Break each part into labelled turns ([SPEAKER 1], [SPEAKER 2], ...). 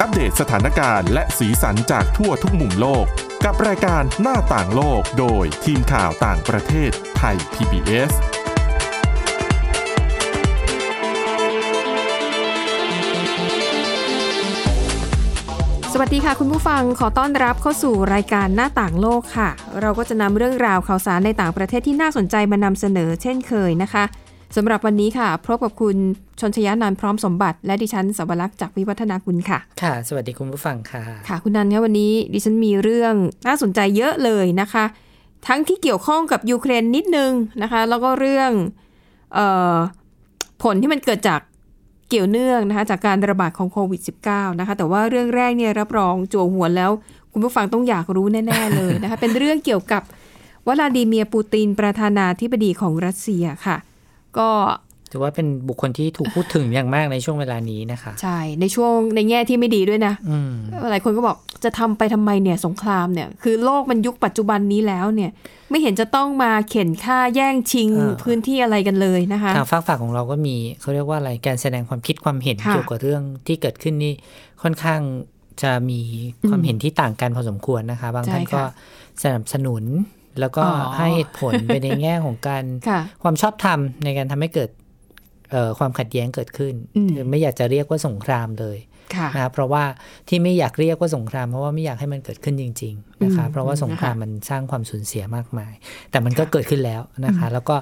[SPEAKER 1] อัปเดตสถานการณ์และสีสันจากทั่วทุกมุมโลก กับรายการหน้าต่างโลกโดยทีมข่าวต่างประเทศไทย PBS
[SPEAKER 2] สวัสดีค่ะคุณผู้ฟังขอต้อนรับเข้าสู่รายการหน้าต่างโลกค่ะ เราก็จะนำเรื่องราวข่าวสารในต่างประเทศที่น่าสนใจมานำเสนอเช่นเคยนะคะสำหรับวันนี้ค่ะพบกับคุณชนชยานันท์พร้อมสมบัติ และดิฉันสวรักษ์จากวิวัฒนาคุณค่ะ
[SPEAKER 3] ค่ะ สวัสดีคุณผู้ฟังค่ะ
[SPEAKER 2] ค่ะคุณนันท์คะวันนี้ดิฉันมีเรื่องน่าสนใจเยอะเลยนะคะ ทั้งที่เกี่ยวข้องกับยูเครนนิดนึงนะคะ แล้วก็เรื่องเออผลที่มันเกิดจากเกี่ยวเนื่องนะคะจากการระบาดของโควิด -19 นะคะแต่ว่าเรื่องแรกเนี่ยรับรองจั่วหัวแล้ว คุณผู้ฟังต้องอยากรู้แน่ ๆ เลยนะคะ เป็นเรื่องเกี่ยวกับวลาดีเมียร์ปูตินประธานาธิบดีของรัสเซียค่ะ ก็
[SPEAKER 3] ถือว่าเป็นบุคคลที่ถูกพูดถึงอย่างมากในช่วงเวลานี้นะคะ
[SPEAKER 2] ใช่ในช่วงในแง่ที่ไม่ดีด้วยนะ
[SPEAKER 3] อืม
[SPEAKER 2] หลายคนก็บอกจะทำไปทำไมเนี่ยสงครามเนี่ย คือโลกมันยุคปัจจุบันนี้แล้วเนี่ย ไม่เห็นจะต้องมาเข็นฆ่าแย่งชิง
[SPEAKER 3] เออ
[SPEAKER 2] พื้นที่อะไรกันเลยนะคะ
[SPEAKER 3] ทางฝากฝั่งของเราก็มีเขาเรียกว่าอะไรการแสดงความคิดความเห็น
[SPEAKER 2] ค่ะ
[SPEAKER 3] เกี่ยวกับเรื่องที่เกิดขึ้นนี่ค่อนข้างจะมีความเห็นที่ต่างกันพอสมควรนะคะ บางท่าน
[SPEAKER 2] ใช่ค่ะ
[SPEAKER 3] ก็สนับสนุน แล้วก็
[SPEAKER 2] อ๋อ
[SPEAKER 3] ให้เหตุผลไปในแง่ของการ
[SPEAKER 2] ค่ะ
[SPEAKER 3] ความชอบธรรมในการทำให้เกิดเอ่อความขัดแย้งเกิดขึ้น
[SPEAKER 2] อืม
[SPEAKER 3] คือไม่อยากจะเรียกว่าสงครามเลย
[SPEAKER 2] ค่ะ
[SPEAKER 3] นะครับเพราะว่าที่ไม่อยากเรียกว่าสงครามเพราะว่าไม่อยากให้มันเกิดขึ้นจริงๆนะคะ
[SPEAKER 2] อืม
[SPEAKER 3] เพราะว่าสงครามมันสร้างความสูญเสียมากมาย แต่มันก็เกิดขึ้นแล้วนะคะ แล้วก็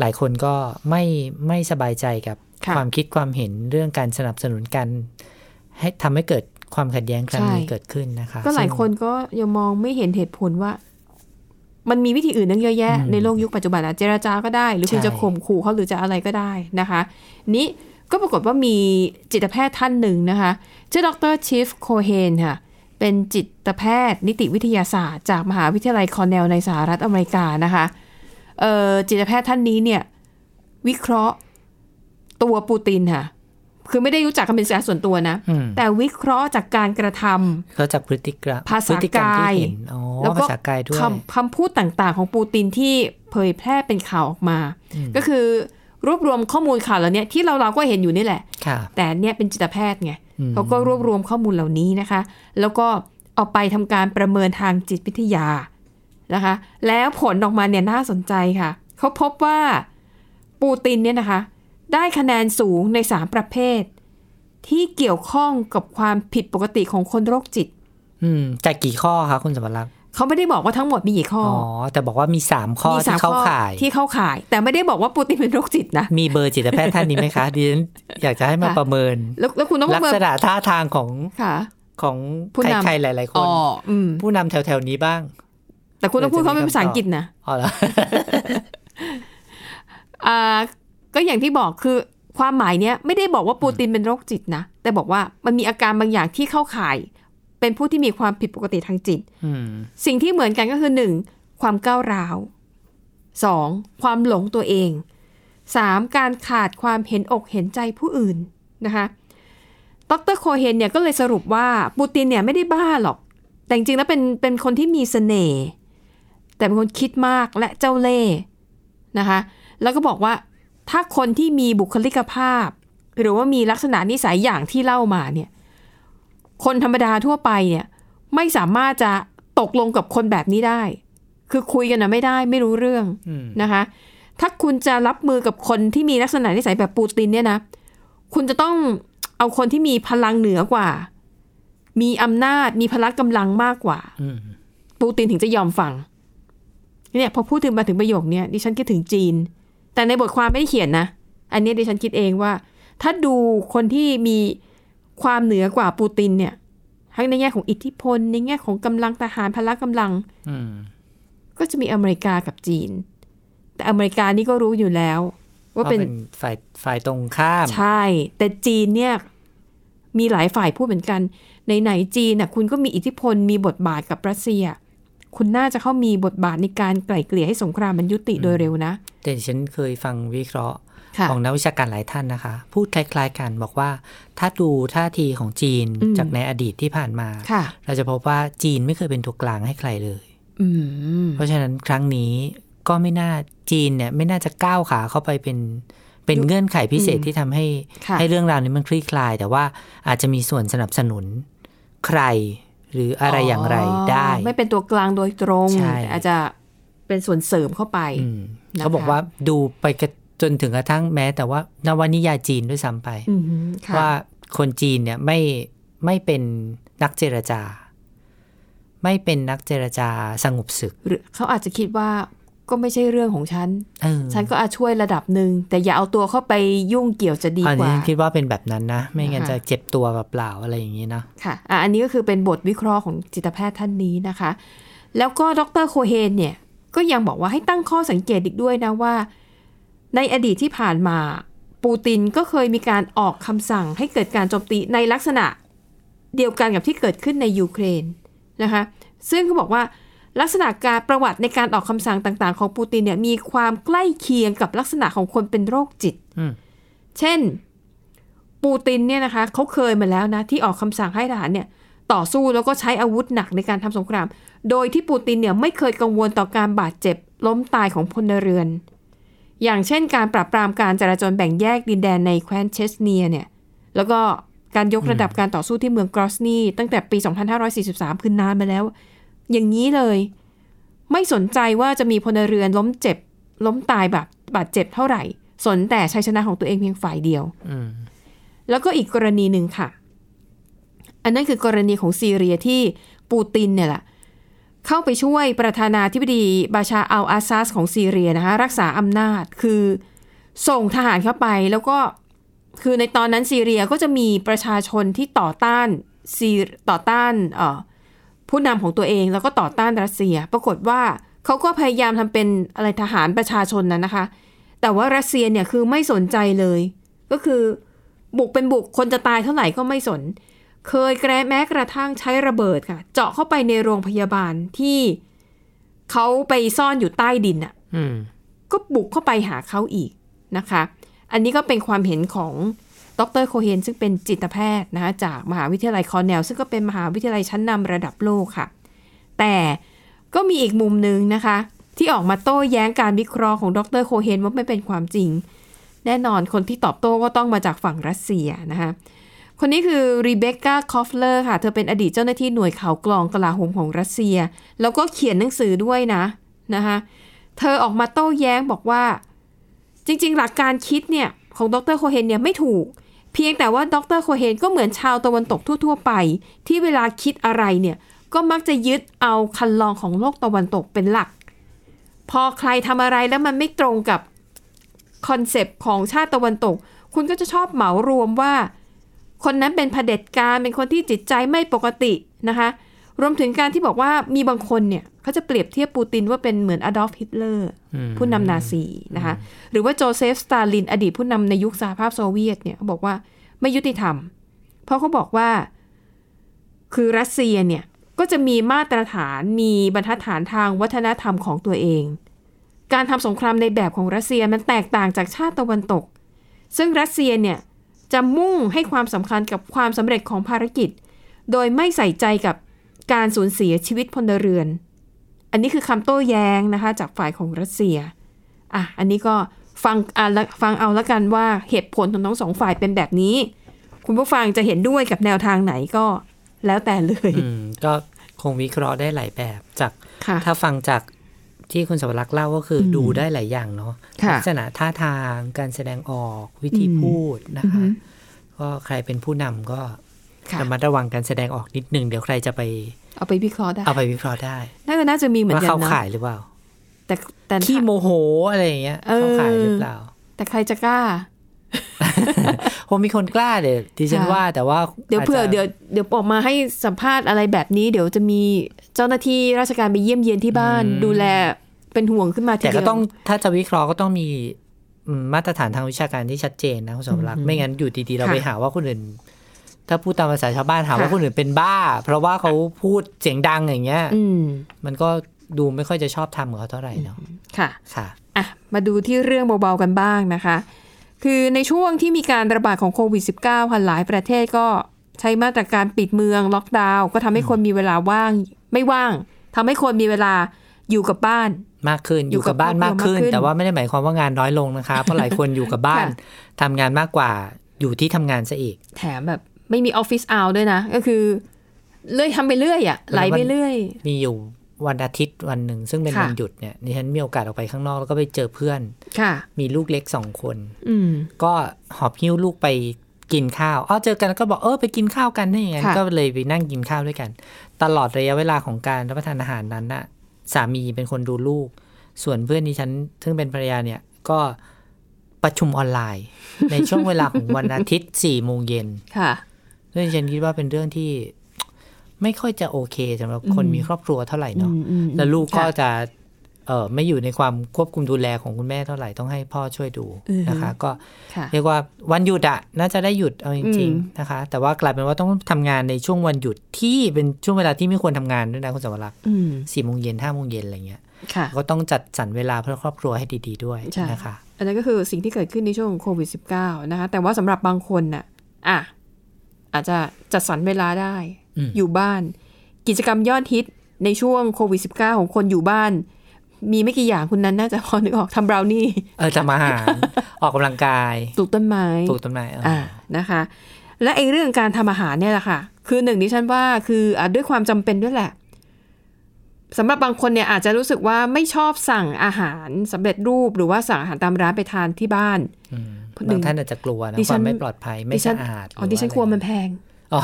[SPEAKER 3] หลายคนก็ไม่ไม่สบายใจกับ
[SPEAKER 2] ค่ะ
[SPEAKER 3] ความคิดความเห็นเรื่องการสนับสนุนกัน ให้ทำให้เกิดความขัดแย้งครั้งนี้เกิดขึ้นนะคะ
[SPEAKER 2] ก็หลาย
[SPEAKER 3] ซึ่ง
[SPEAKER 2] คนก็ยังมองไม่เห็นเหตุผลว่า มันมีวิธีอื่นตั้งเยอะแยะ
[SPEAKER 3] อืม
[SPEAKER 2] ในโลกยุคปัจจุบันอะเจรจาก็ได้ หรือคุณ
[SPEAKER 3] ใช่
[SPEAKER 2] จะข่มขู่เขาหรือจะอะไรก็ได้นะคะ นี้ก็ปรากฏว่ามีจิตแพทย์ท่านหนึ่งนะคะชื่อดรชิฟโคเฮนค่ะ เป็นจิตแพทย์ นิติวิทยาศาสตร์จากมหาวิทยาลัยคอร์เนลในสหรัฐอเมริกานะคะเอ่อจิตแพทย์ท่านนี้เนี่ย วิเคราะห์ตัวปูตินค่ะ คือไม่ได้รู้จักกันเป็นการส่วนตัวนะ
[SPEAKER 3] อืม
[SPEAKER 2] แต่วิเคราะห์จากการกระทำ
[SPEAKER 3] ก็จากพฤติกรรม
[SPEAKER 2] ภาษา
[SPEAKER 3] พฤติกรรมที่
[SPEAKER 2] กาย
[SPEAKER 3] เห็นอ๋อ
[SPEAKER 2] แล้วก็
[SPEAKER 3] ภาษากายด้วย
[SPEAKER 2] คำคำพูดต่างๆ ของปูตินที่เผยแพร่เป็นข่าวออกมา
[SPEAKER 3] อืม
[SPEAKER 2] ก็คือรวบรวมข้อมูลข่าวเหล่านี้ที่เราเราก็เห็นอยู่นี่แหละ
[SPEAKER 3] ค่ะ
[SPEAKER 2] แต่เนี่ยเป็นจิตแพทย์ไง
[SPEAKER 3] อืม
[SPEAKER 2] เขาก็รวบรวมข้อมูลเหล่านี้นะคะ แล้วก็เอาไปทำการประเมินทางจิตวิทยานะคะ แล้วผลออกมาเนี่ยน่าสนใจค่ะ เขาพบว่าปูตินเนี่ยนะคะ ได้คะแนนสูงใน 3 ประเภท ที่เกี่ยวข้องกับความผิดปกติของคนโรคจิต
[SPEAKER 3] อืมจากกี่ข้อคะคุณสมรักษ์
[SPEAKER 2] เขาไม่ได้บอกว่าทั้งหมดมีกี่ข้อ
[SPEAKER 3] อ๋อ
[SPEAKER 2] อ
[SPEAKER 3] แต่บอกว่ามีสามข้อ
[SPEAKER 2] มีสาม
[SPEAKER 3] ที่เข้า
[SPEAKER 2] ข้อ
[SPEAKER 3] ข่าย
[SPEAKER 2] ที่เข้าข่าย แต่ไม่ได้บอกว่าปูตินเป็นโรคจิตนะ
[SPEAKER 3] มีเบอร์จิตแพทย์ท่านนี้ไหมคะดิฉันอยากจะให้มา
[SPEAKER 2] ค่ะ
[SPEAKER 3] ประเมิน
[SPEAKER 2] แล้วแล้วคุณต้อง
[SPEAKER 3] ลัก
[SPEAKER 2] เบิก
[SPEAKER 3] ษณะท่าทางของ
[SPEAKER 2] ค่ะ
[SPEAKER 3] ของ
[SPEAKER 2] ผู้นำ
[SPEAKER 3] ใครๆหลาย ๆ ค
[SPEAKER 2] อ๋
[SPEAKER 3] น
[SPEAKER 2] ออืม
[SPEAKER 3] ผู้นำแถว ๆ นี้บ้าง
[SPEAKER 2] แต่คุณต้องพูดเขาเป็นภาษาอังกฤษนะ
[SPEAKER 3] อ๋อเหรอ
[SPEAKER 2] อ่าก็อย่างที่บอกคือความหมายเนี้ยไม่ได้บอกว่าปูตินเป็นโรคจิตนะแต่บอกว่ามันมีอาการบางอย่างที่เข้าข่าย เป็นผู้ที่มีความผิดปกติทางจิต
[SPEAKER 3] อืม
[SPEAKER 2] สิ่งที่เหมือนกันก็คือหนึ่งความก้าวร้าว 2. ความหลงตัวเอง 3. การขาดความเห็นอกเห็นใจผู้อื่นนะคะดรโคเฮนเนี่ยก็เลยสรุปว่าปูตินเนี่ยไม่ได้บ้าหรอก แต่จริงๆแล้วเป็นเป็นคนที่มีเสน่ห์แต่เป็นคนคิดมากและเจ้าเล่ห์นะคะแล้วก็บอกว่าถ้าคนที่มีบุคลิกภาพ หรือว่ามีลักษณะนิสัยอย่างที่เล่ามาเนี่ยคนธรรมดาทั่วไปเนี่ยไม่สามารถจะตกลงกับคนแบบนี้ได้ คือคุยกันนะไม่ได้ไม่รู้เรื่อง
[SPEAKER 3] อืม
[SPEAKER 2] นะคะ ถ้าคุณจะรับมือกับคนที่มีลักษณะนิสัยแบบปูตินเนี่ยนะ คุณจะต้องเอาคนที่มีพลังเหนือกว่า มีอำนาจ มีพละกำลังมากกว่า
[SPEAKER 3] อืม
[SPEAKER 2] ปูตินถึงจะยอมฟัง เนี่ยพอพูดถึงมาถึงประโยคเนี้ยดิฉันคิดถึงจีน แต่ในบทความไม่ได้เขียนนะ อันเนี้ยดิฉันคิดเองว่า ถ้าดูคนที่มีความเหนือกว่าปูตินเนี่ย ทั้งในแง่ของอิทธิพล ในแง่ของกำลังทหารพละกำลัง
[SPEAKER 3] อืม
[SPEAKER 2] ก็จะมีอเมริกากับจีน แต่อเมริกานี่ก็รู้อยู่แล้ว ว่า
[SPEAKER 3] ว่า
[SPEAKER 2] เป็
[SPEAKER 3] เป็น นฝ่ายฝ่ายตรงข้าม
[SPEAKER 2] ใช่ แต่จีนเนี่ยมีหลายฝ่ายพูดเหมือนกัน ในไหนๆจีนน่ะคุณก็มีอิทธิพลมีบทบาทกับรัสเซีย คุณน่าจะเข้ามีบทบาทในการไกล่เกลี่ยให้สงครามมันยุติโดยเร็วนะ
[SPEAKER 3] แต่ดิฉันเคยฟังวิเคราะห์
[SPEAKER 2] ค่ะ
[SPEAKER 3] ของนักวิชาการหลายท่านนะคะ พูดคล้าย ๆ กันบอกว่า ถ้าดูท่าทีของจีน
[SPEAKER 2] อืม
[SPEAKER 3] จากในอดีตที่ผ่านมา
[SPEAKER 2] ค่ะ
[SPEAKER 3] เราจะพบว่าจีนไม่เคยเป็นตัวกลางให้ใครเลย
[SPEAKER 2] อืม
[SPEAKER 3] เพราะฉะนั้นครั้งนี้ก็ไม่น่าจีนเนี่ยไม่น่าจะก้าวขาเข้าไปเป็นเป็นเงื่อนไขพิเศษที่ทำให้
[SPEAKER 2] ค่ะ
[SPEAKER 3] ให้เรื่องราวนี้มันคลี่คลาย แต่ว่าอาจจะมีส่วนสนับสนุน ใครหรืออะไรอย่างไรได้
[SPEAKER 2] ไม่เป็นตัวกลางโดยตรง
[SPEAKER 3] ใช่
[SPEAKER 2] แต่อาจจะเป็นส่วนเสริมเข้าไป
[SPEAKER 3] อืม
[SPEAKER 2] นะคะ
[SPEAKER 3] เขาบอกว่าดูไปกระจนถึงกระทั่งแม้ แต่ว่านวนิยายจีนด้วยซ้ำไป
[SPEAKER 2] อืมค่ะ
[SPEAKER 3] ว่าคนจีนเนี่ยไม่ไม่เป็นนักเจรจา ไม่เป็นนักเจรจาสงบศึก
[SPEAKER 2] หรือเขาอาจจะคิดว่าก็ไม่ใช่เรื่องของฉัน
[SPEAKER 3] เออ
[SPEAKER 2] ฉันก็อาจช่วยระดับหนึ่ง แต่อย่าเอาตัวเข้าไปยุ่งเกี่ยวจะดี
[SPEAKER 3] อัน
[SPEAKER 2] กว่า
[SPEAKER 3] นี้คิดว่าเป็นแบบนั้นนะ ไม่งั้น
[SPEAKER 2] นะคะ
[SPEAKER 3] จะเจ็บตัวเปล่าๆอะไรอย่างนี้นะ
[SPEAKER 2] ค่ะอ่ะ อันนี้ก็คือเป็นบทวิเคราะห์ของจิตแพทย์ท่านนี้นะคะ แล้วก็ดรโคเฮนเนี่ยก็ยังบอกว่าให้ตั้งข้อสังเกตอีกด้วยนะว่า ในอดีตที่ผ่านมาปูตินก็เคยมีการออกคำสั่งให้เกิดการโจมตีในลักษณะเดียวกันกับที่เกิดขึ้นในยูเครนนะคะ ซึ่งเขาบอกว่าลักษณะการประวัติในการออกคำสั่งต่างๆ ของปูตินเนี่ยมีความใกล้เคียงกับลักษณะของคนเป็นโรคจิต
[SPEAKER 3] อืม
[SPEAKER 2] เช่น ปูตินเนี่ยนะคะเขาเคยมาแล้วนะที่ออกคำสั่งให้ทหารเนี่ยต่อสู้แล้วก็ใช้อาวุธหนักในการทำสงคราม โดยที่ปูตินเนี่ยไม่เคยกังวลต่อการบาดเจ็บล้มตายของพลเรือน อย่างเช่นการปราบปรามการจราจรแบ่งแยกดินแดนในแคว้นเชสเนียเนี่ยแล้วก็การยกระดับการต่อสู้ที่เมืองกรอสนีตั้งแต่ปี 2543 คือนานมาแล้ว อย่างนี้เลย ไม่สนใจว่าจะมีพลเรือนล้มเจ็บ ล้มตายแบบบาดเจ็บเท่าไหร่ สนแต่ชัยชนะของตัวเองเพียงฝ่ายเดียว
[SPEAKER 3] อืม
[SPEAKER 2] แล้วก็อีกกรณีหนึ่งค่ะ อันนั้นคือกรณีของซีเรียที่ปูตินเนี่ยแหละเข้าไปช่วยประธานาธิบดีบาชาอัลอาซาสของซีเรียนะคะรักษาอำนาจคือส่งทหารเข้าไปแล้วก็คือในตอนนั้นซีเรียก็จะมีประชาชนที่ต่อต้านซีต่อต้านเอ่อผู้นำของตัวเองแล้วก็ต่อต้านรัสเซีย ปรากฏว่าเขาก็พยายามทำเป็นอะไรทหารประชาชนนั้นนะคะ แต่ว่ารัสเซียเนี่ยคือไม่สนใจเลย ก็คือ บุกเป็นบุกคนจะตายเท่าไหร่ก็ไม่สน เคยแกรแม้กระทั่งใช้ระเบิดค่ะ เจาะเข้าไปในโรงพยาบาลที่เขาไปซ่อนอยู่ใต้ดินน่ะ
[SPEAKER 3] อืม
[SPEAKER 2] ก็บุกเข้าไปหาเขาอีกนะคะ อันนี้ก็เป็นความเห็นของดรโคเฮนซึ่งเป็นจิตแพทย์นะคะจากมหาวิทยาลัยคอนเนล ซึ่งก็เป็นมหาวิทยาลัยชั้นนำระดับโลกค่ะ แต่ก็มีอีกมุมหนึ่งนะคะ ที่ออกมาโต้แย้งการวิเคราะห์ของดรโคเฮนว่าไม่เป็นความจริง แน่นอนคนที่ตอบโต้ก็ต้องมาจากฝั่งรัสเซียนะคะ คนนี้คือรีเบคก้าคอฟเลอร์ค่ะ เธอเป็นอดีตเจ้าหน้าที่หน่วยข่าวกลองกลาโหมของรัสเซีย แล้วก็เขียนหนังสือด้วยนะนะคะ เธอออกมาโต้แย้งบอกว่า จริงๆ หลักการคิดเนี่ย ของดรโคเฮนเนี่ยไม่ถูก เพียงแต่ว่าดรโคเฮนก็เหมือนชาวตะวันตกทั่ว ๆ ไป ที่เวลาคิดอะไรเนี่ย ก็มักจะยึดเอาคันลองของโลกตะวันตกเป็นหลัก พอใครทำอะไรแล้วมันไม่ตรงกับคอนเซปต์ของชาติตะวันตก คุณก็จะชอบเหมารวมว่า คนนั้นเป็นเผด็จการเป็นคนที่จิตใจไม่ปกตินะคะ รวมถึงการที่บอกว่ามีบางคนเนี่ยเขาจะเปรียบเทียบปูตินว่าเป็นเหมือนอดอล์ฟฮิตเลอร์
[SPEAKER 3] อืม
[SPEAKER 2] ผู้นำนาซีนะคะ หรือว่าโจเซฟสตาลินอดีตผู้นำในยุคสหภาพโซเวียตเนี่ยเขาบอกว่าไม่ยุติธรรม เพราะเขาบอกว่า คือรัสเซียเนี่ย ก็จะมีมาตรฐานมีบรรทัดฐานทางวัฒนธรรมของตัวเอง การทำสงครามในแบบของรัสเซียมันแตกต่างจากชาติตะวันตก ซึ่งรัสเซียเนี่ย จะมุ่งให้ความสำคัญกับความสำเร็จของภารกิจ โดยไม่ใส่ใจกับการสูญเสียชีวิตพลเรือน อันนี้คือคำโต้แย้งนะคะ จากฝ่ายของรัสเซีย อ่ะ อันนี้ก็ฟังอ่ะละฟังเอาละกันว่าเหตุผลของทั้งสองฝ่ายเป็นแบบนี้ คุณผู้ฟังจะเห็นด้วยกับแนวทางไหนก็แล้วแต่เลย
[SPEAKER 3] อืม ก็คงวิเคราะห์ได้หลายแบบจาก
[SPEAKER 2] ค่ะ
[SPEAKER 3] ถ้าฟังจากที่คุณสวรักษ์เล่าก็คืออ
[SPEAKER 2] ม
[SPEAKER 3] ดูได้หลายอย่างเนาะ
[SPEAKER 2] ค่ะ
[SPEAKER 3] ลัษณะท่าทางการแสดงออกวิธี
[SPEAKER 2] อืม
[SPEAKER 3] พูดนะ
[SPEAKER 2] อือ
[SPEAKER 3] คะ
[SPEAKER 2] ฮึ
[SPEAKER 3] ก็ใครเป็นผู้นำก็
[SPEAKER 2] ค่ะ
[SPEAKER 3] ระมัดระวังการแสดงออกนิดนึง เดี๋ยวใครจะไป
[SPEAKER 2] เอาไปวิเคราะห์ได้
[SPEAKER 3] เอาไปวิเคราะห์ได้
[SPEAKER 2] น่าจะน่าจะมีเหมือน
[SPEAKER 3] ว่า
[SPEAKER 2] กัน
[SPEAKER 3] เข้า
[SPEAKER 2] นะ
[SPEAKER 3] ข่ายหรือเปล่า
[SPEAKER 2] แต่แต่
[SPEAKER 3] ขี้โมโหอะไรอย่างเงี้ย
[SPEAKER 2] เออ
[SPEAKER 3] เข้าข่ายหรือเปล่า
[SPEAKER 2] แต่ใครจะกล้า
[SPEAKER 3] ผมมีคนกล้าเดี๋ยวดิฉัน
[SPEAKER 2] ค่ะ
[SPEAKER 3] ว่าแต่ว่า
[SPEAKER 2] เดี๋ยวเผื่อ
[SPEAKER 3] อาจจะ
[SPEAKER 2] เดี๋ยวเดี๋ยวออกมาให้สัมภาษณ์อะไรแบบนี้ เดี๋ยวจะมีเจ้าหน้าที่ราชการไปเยี่ยมเยียนที่บ้าน ดูแลเป็นห่วงขึ้นมาที
[SPEAKER 3] แต่
[SPEAKER 2] เดี
[SPEAKER 3] ก็
[SPEAKER 2] ยว
[SPEAKER 3] ต้องถ้าจะวิเคราะห์ก็ต้องมีอืมมาตรฐานทางวิชาการที่ชัดเจนนะคุณสมรักษ์ไม่งั้นอยู่ดีๆเราไปหาว่าคนอื่น ถ้าพูดตามภาษาชาวบ้านหาว่าคนอื่นเป็นบ้า เพราะว่าเขาพูดเสียงดังอย่างเงี้ย
[SPEAKER 2] อืม
[SPEAKER 3] มันก็ดูไม่ค่อยจะชอบทำกับเขาเท่าไหร่เนาะ
[SPEAKER 2] ค่ะ
[SPEAKER 3] ค่ะ
[SPEAKER 2] อ่ะ มาดูที่เรื่องเบา ๆ กันบ้างนะคะ คือในช่วงที่มีการระบาดของโควิด -19 ค่ะหลายประเทศก็ใช้มาตรการปิดเมืองล็อกดาวน์ก็ทำให้คนมีเวลาว่างไม่ว่างทำให้คนมีเวลาอยู่กับบ้าน
[SPEAKER 3] มากขึ้น
[SPEAKER 2] อ
[SPEAKER 3] อยู่ ยู่กับ
[SPEAKER 2] กับ
[SPEAKER 3] บ้าน
[SPEAKER 2] ครอบครัว
[SPEAKER 3] มากขึ้น
[SPEAKER 2] มากขึ้น
[SPEAKER 3] แต่ว่าไม่ได้หมายความว่างานน้อยลงนะคะ เพราะหลายคนอยู่กับบ้าน
[SPEAKER 2] ค่ะ
[SPEAKER 3] ทำงานมากกว่าอยู่ที่ทำงานซะอีก
[SPEAKER 2] แถมแบบไม่มีออฟฟิศเอาด้วยนะ ก็คือ เรื่อยทำไปเรื่อยอ่ะไหลไปเรื่อย
[SPEAKER 3] มีอยู่วันอาทิตย์วันหนึ่งซึ่งเป็น
[SPEAKER 2] ค่ะ
[SPEAKER 3] วันหยุดเนี่ยดิฉันมีโอกาสออกไปข้างนอกแล้วก็ไปเจอเพื่อน
[SPEAKER 2] ค่ะ
[SPEAKER 3] มีลูกเล็กสองคน
[SPEAKER 2] อืม
[SPEAKER 3] ก็หอบหิ้วลูกไปกินข้าวอ๋อเจอกันแล้วก็บอกเออไปกินข้าวกันถ้าอย่างนั้น
[SPEAKER 2] ค่ะ
[SPEAKER 3] ก็เลยไปนั่งกินข้าวด้วยกัน ตลอดระยะเวลาของการรับประทานอาหารนั้นน่ะ สามีเป็นคนดูลูก ส่วนเพื่อนที่ฉันซึ่งเป็นภรรยาเนี่ยก็ประชุมออนไลน์ ในช่วงเวลาของวันอาทิตย์ สี่โมงเย็น
[SPEAKER 2] ค่ะ
[SPEAKER 3] เรื่องที่ฉันคิดว่าเป็นเรื่องที่ ไม่ค่อยจะโอเคสำหรับคนมีครอบครัวเท่าไหร่เนาะ
[SPEAKER 2] อืมอืมอืม
[SPEAKER 3] แล้วลูกก็
[SPEAKER 2] ค่ะ
[SPEAKER 3] จะเออไม่อยู่ในความควบคุมดูแลของคุณแม่เท่าไหร่ต้องให้พ่อช่วยดูนะคะ ก็
[SPEAKER 2] ค่ะ
[SPEAKER 3] เรียกว่าวันหยุดอะน่าจะได้หยุดเอาจริง
[SPEAKER 2] อืม
[SPEAKER 3] ๆนะคะ แต่ว่ากลายเป็นว่าต้องทำงานในช่วงวันหยุดที่เป็นช่วงเวลาที่ไม่ควรทำงานด้วยนะคุณสวรักษ์
[SPEAKER 2] อืม
[SPEAKER 3] สี่โมงเย็นห้าโมงเย็นอะไรเงี้ย
[SPEAKER 2] ค่ะ
[SPEAKER 3] ก็ต้องจัดสรรเวลาเพื่อครอบครัวให้ดีๆด้วย
[SPEAKER 2] ใช่
[SPEAKER 3] นะคะ
[SPEAKER 2] อันนั้นก็คือสิ่งที่เกิดขึ้นในช่วงของโควิด -19 นะคะ แต่ว่าสำหรับบางคนน่ะ อ่ะ อาจจะจัดสรรเวลาได้
[SPEAKER 3] อืม
[SPEAKER 2] อยู่บ้าน กิจกรรมยอดฮิตในช่วงโควิด -19 ของคนอยู่บ้าน มีไม่กี่อย่างคุณนั้นน่าจะพอนึกออกทำบราวนี่
[SPEAKER 3] เออทำอาหาร ออกกำลังกาย
[SPEAKER 2] ปลูกต้นไม้
[SPEAKER 3] ปลูกต้นไม้เอออ
[SPEAKER 2] อ่า นะคะ และไอ้เรื่องการทำอาหารเนี่ยแหละค่ะ คือหนึ่งดิฉันว่าคืออาด้วยความจำเป็นด้วยแหละสำหรับบางคนเนี่ยอาจจะรู้สึกว่าไม่ชอบสั่งอาหารสำเร็จรูปหรือว่าสั่งอาหารตามร้านไปทานที่บ้าน
[SPEAKER 3] อืม
[SPEAKER 2] หนึ่
[SPEAKER 3] บาง งท่านอาจจะกลัวนะ
[SPEAKER 2] ดิ
[SPEAKER 3] ค
[SPEAKER 2] ฉั
[SPEAKER 3] วาน มไม่ปลอดภัยไม่
[SPEAKER 2] ดิฉั
[SPEAKER 3] สะอาด
[SPEAKER 2] อ๋อดิฉัน
[SPEAKER 3] ห
[SPEAKER 2] กลัว
[SPEAKER 3] อะ
[SPEAKER 2] มั
[SPEAKER 3] ไร
[SPEAKER 2] นแพง
[SPEAKER 3] อ๋อ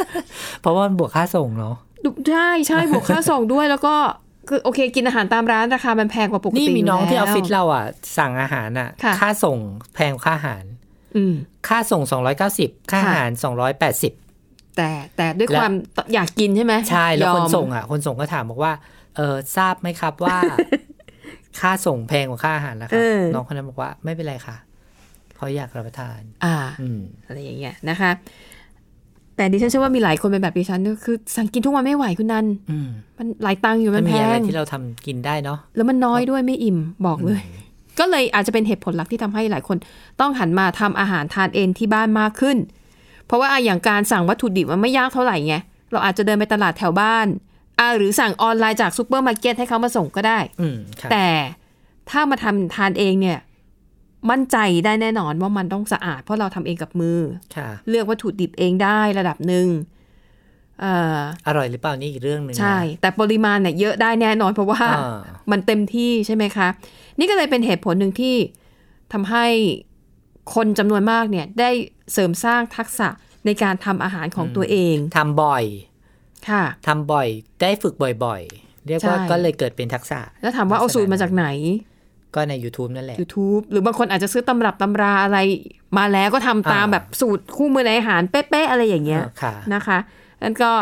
[SPEAKER 3] เพราะว่ามันบวกค่าส่งเนาะ
[SPEAKER 2] ดุใช่ใช่บวกค่าส่งด้วยแล้วก็คือโอเคกินอาหารตามร้านราคามันแพงกว่าปกติ
[SPEAKER 3] นี่มีน้องที่อ
[SPEAKER 2] แล้
[SPEAKER 3] อ
[SPEAKER 2] ว
[SPEAKER 3] ฟฟิศเราอ่ะ สั่งอาหารอ่ะ
[SPEAKER 2] ค่ะ
[SPEAKER 3] ค่าส่งแพงกว่าค่าอาหาร
[SPEAKER 2] อืม
[SPEAKER 3] ค่าส่ง 290 ค่าอา
[SPEAKER 2] ค่ะ
[SPEAKER 3] หาร 280
[SPEAKER 2] แต่แต่ด้วย
[SPEAKER 3] และ
[SPEAKER 2] ความอยากกินใช่ไหม
[SPEAKER 3] ใช่ แล้วคน
[SPEAKER 2] ยอม
[SPEAKER 3] ส่งอ่ะ คนส่งก็ถามบอกว่า เออทราบไหมครับ ว่า ค่าส่งแพงกว่าค่าอาหารนะครั
[SPEAKER 2] เอบ อ
[SPEAKER 3] น้องคนนั้นบอกว่าไม่เป็นไรค่ะเขาอยากรับประทาน
[SPEAKER 2] อ่า
[SPEAKER 3] อืม
[SPEAKER 2] อะไรอย่างเงี้ยนะคะ แต่ดิฉันเชื่อว่ามีหลายคนเป็นแบบดิฉันก็คือ สั่งกินทุกวันไม่ไหวคุณนัน
[SPEAKER 3] อืม
[SPEAKER 2] มันหลายตังค์อยู่มั
[SPEAKER 3] มัน
[SPEAKER 2] นแพ
[SPEAKER 3] มีอะไร
[SPEAKER 2] ง
[SPEAKER 3] ที่เราทำกินได้เนาะ
[SPEAKER 2] แล้วมันน้อยด้วยไม่อิ่มบอกเลย ก็เลยอาจจะเป็นเหตุผลหลักที่ทำให้หลายคน ต้องหันมาทำอาหารทานเองที่บ้านมากขึ้น เพราะว่าอะอย่างการสั่งวัตถุดิบมันไม่ยากเท่าไหร่ไงเราอาจจะเดินไปตลาดแถวบ้านอ่ะหรือสั่งออนไลน์จากซูเปอร์มาร์เก็ตให้เขามาส่งก็ได้
[SPEAKER 3] อืมค่ะ
[SPEAKER 2] แต่ถ้ามาทำทานเองเนี่ย มั่นใจได้แน่นอนว่ามันต้องสะอาด เพราะเราทำเองกับมือ
[SPEAKER 3] ค่ะ
[SPEAKER 2] เลือกวัตถุดิบเองได้ระดับหนึ่งเอ่อ
[SPEAKER 3] อร่อยหรือเปล่านี่อีกเรื่องหนึ่งนะ
[SPEAKER 2] ใช่ แต่ปริมาณเนี่ยเยอะได้แน่นอนเพราะว่า
[SPEAKER 3] อ่า
[SPEAKER 2] มันเต็มที่ใช่ไหมคะ นี่ก็เลยเป็นเหตุผลหนึ่งที่ทำให้คนจำนวนมากเนี่ย ได้เสริมสร้างทักษะในการทำอาหารของตัวเอง
[SPEAKER 3] ทำบ่อย
[SPEAKER 2] ค่ะ
[SPEAKER 3] ทำบ่อย ได้ฝึกบ่อยๆ เรียกว่า
[SPEAKER 2] ใช่
[SPEAKER 3] ก็เลยเกิดเป็นทักษะ
[SPEAKER 2] แล้วถามว่าเอาสูตรมาจากไหน
[SPEAKER 3] ก็ใน YouTube นั่นแหละ
[SPEAKER 2] YouTube หรือบางคนอาจจะซื้อตำรับตำราอะไรมาแล้วก็ทำตาม
[SPEAKER 3] อ่า
[SPEAKER 2] แบบสูตรคู่มือในอาหารเป๊ะๆอะไรอย่างเงี้ย
[SPEAKER 3] อ่าค่ะ
[SPEAKER 2] นะคะนั่นก็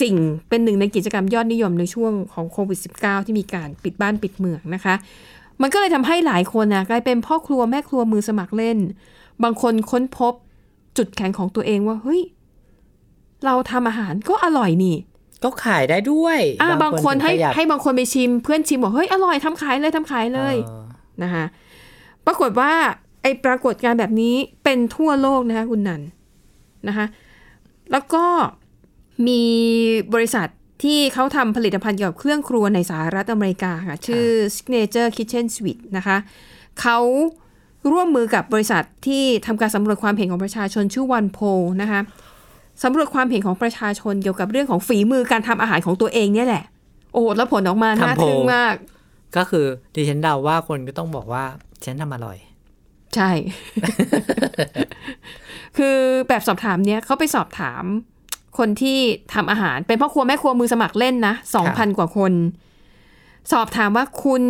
[SPEAKER 2] สิ่งเป็นหนึ่งในกิจกรรมยอดนิยมในช่วงของโควิด -19 ที่มีการปิดบ้านปิดเมืองนะคะ มันก็เลยทำให้หลายคนนะกลายเป็นพ่อครัวแม่ครัวมือสมัครเล่น บางคนค้นพบจุดแข็งของตัวเองว่า เฮ้ย เราทำอาหารก็อร่อยนี่
[SPEAKER 3] ก็ขายได้ด้วย
[SPEAKER 2] อ่าบางคนให้
[SPEAKER 3] ถึงขยับ
[SPEAKER 2] ให้บางคนไปชิม เพื่อนชิมบอกเฮ้ยอร่อยทำขายเลยทำขายเลย
[SPEAKER 3] ออ
[SPEAKER 2] นะคะปรากฏว่าไอ้ปรากฏการณ์แบบนี้เป็นทั่วโลกนะคะคุณนันนะคะแล้วก็มีบริษัทที่เขาทำผลิตภัณฑ์เกี่ยวกับเครื่องครัวในสหรัฐอเมริกาค่ะ ชื่อ Signature Kitchen Suite นะคะเขาร่วมมือกับบริษัทที่ทำการสำรวจความเห็นของประชาชนชื่อวันโพนะคะสำรวจความเห็นของประชาชนเกี่ยวกับเรื่องของฝีมือการทำอาหารของตัวเองเนี่ยแหละ โอ้โหแล้วผลออกมาน่าทึ่งมาก
[SPEAKER 3] ก็คือดิฉันเดาว่าคนก็ต้องบอกว่าฉันทำอร่อย
[SPEAKER 2] ใช่ คือแบบสอบถามเนี้ยเขาไปสอบถามคนที่ทำอาหาร เป็นพ่อครัวแม่ครัวมือสมัครเล่นนะสองพันกว่าคน สอบถามว่าคุณ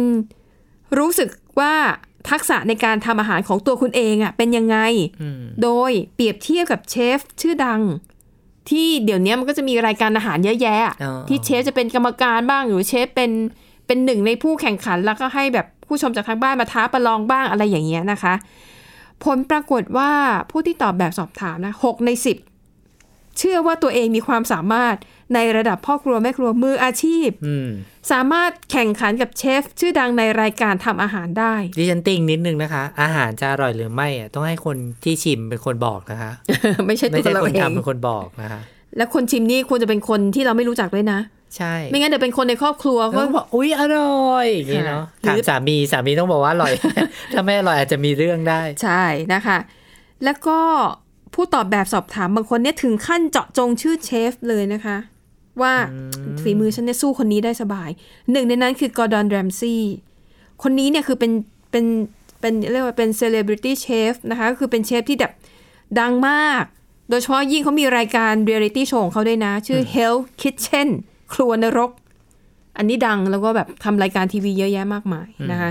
[SPEAKER 2] รู้สึกว่าทักษะในการทำอาหารของตัวคุณเองอะเป็นยังไง
[SPEAKER 3] อืม
[SPEAKER 2] โดยเปรียบเทียบกับเชฟชื่อดัง ที่เดี๋ยวนี้มันก็จะมีรายการอาหารเยอะแยะ
[SPEAKER 3] อ๋อ
[SPEAKER 2] ที่เชฟจะเป็นกรรมการบ้างหรือเชฟเป็นเป็นหนึ่งในผู้แข่งขันแล้วก็ให้แบบผู้ชมจากทางบ้านมาท้าประลองบ้างอะไรอย่างเงี้ยนะคะ ผลปรากฏว่าผู้ที่ตอบแบบสอบถามนะหกในสิบเชื่อว่าตัวเองมีความสามารถในระดับพ่อครัวแม่ครัวมืออาชีพ
[SPEAKER 3] อืม
[SPEAKER 2] สามารถแข่งขันกับเชฟชื่อดังในรายการทำอาหารได้
[SPEAKER 3] ดิฉันติงนิดนึงนะคะ อาหารจะอร่อยหรือไม่อะต้องให้คนที่ชิมเป็นคนบอกนะคะ
[SPEAKER 2] ไม่ใช่
[SPEAKER 3] ไม่
[SPEAKER 2] ตัว
[SPEAKER 3] ใช่
[SPEAKER 2] เรา
[SPEAKER 3] คน
[SPEAKER 2] เอง
[SPEAKER 3] ทำเป็นคนบอกนะคะ
[SPEAKER 2] และคนชิมนี่ควรจะเป็นคนที่เราไม่รู้จักด้วยนะ
[SPEAKER 3] ใช่
[SPEAKER 2] ไม่งั้นเดี๋ยวเป็นคนในครอบครัว
[SPEAKER 3] ก็
[SPEAKER 2] ก็
[SPEAKER 3] บอกอุ๊ยอร่อยอย่างนี้เนาะ
[SPEAKER 2] ค่ะ
[SPEAKER 3] ถามสามีสามี ต้องบอกว่าอร่อย ถ้าไม่อร่อยอาจจะมีเรื่องได้
[SPEAKER 2] ใช่นะคะ แล้วก็ ผู้ตอบแบบสอบถามบางคนเนี่ยถึงขั้นเจาะจงชื่อเชฟเลยนะคะ ว่าฝีมือฉันเนี่ยสู้คนนี้ได้สบาย หนึ่งในนั้นคือกอร์ดอนแรมซี่คนนี้เนี่ยคือเป็นเป็นเป็นเรียกว่าเป็นเซเลบริตี้เชฟนะคะก็คือเป็นเชฟที่แบบดังมาก โดยเฉพาะยิ่งเขามีรายการเรียลิตี้โชว์ของเขาด้วยนะ ชื่อ Hell Kitchen ครัวนรก อันนี้ดังแล้วก็แบบทำรายการทีวีเยอะแยะมากมายนะคะ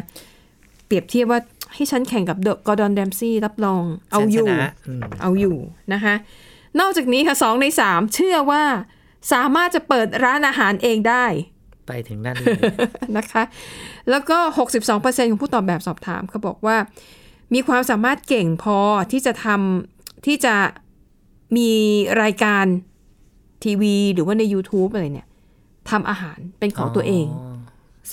[SPEAKER 2] เปรียบเทียบว่าให้ฉันแข่งกับกอร์ดอนแรมซี่รับรองเอาอยู่
[SPEAKER 3] ฉันชนะอืม
[SPEAKER 2] เอาอยู่นะคะ นอกจากนี้ค่ะสองในสามเชื่อว่าสามารถจะเปิดร้านอาหารเองได้
[SPEAKER 3] ไปถึงนั่นเลย
[SPEAKER 2] นะคะ แล้วก็ 62%ของผู้ตอบแบบสอบถามเขาบอกว่า มีความสามารถเก่งพอที่จะทำที่จะมีรายการทีวีหรือว่าใน YouTube อะไรเนี่ยทำอาหารเป็นของตัวเอง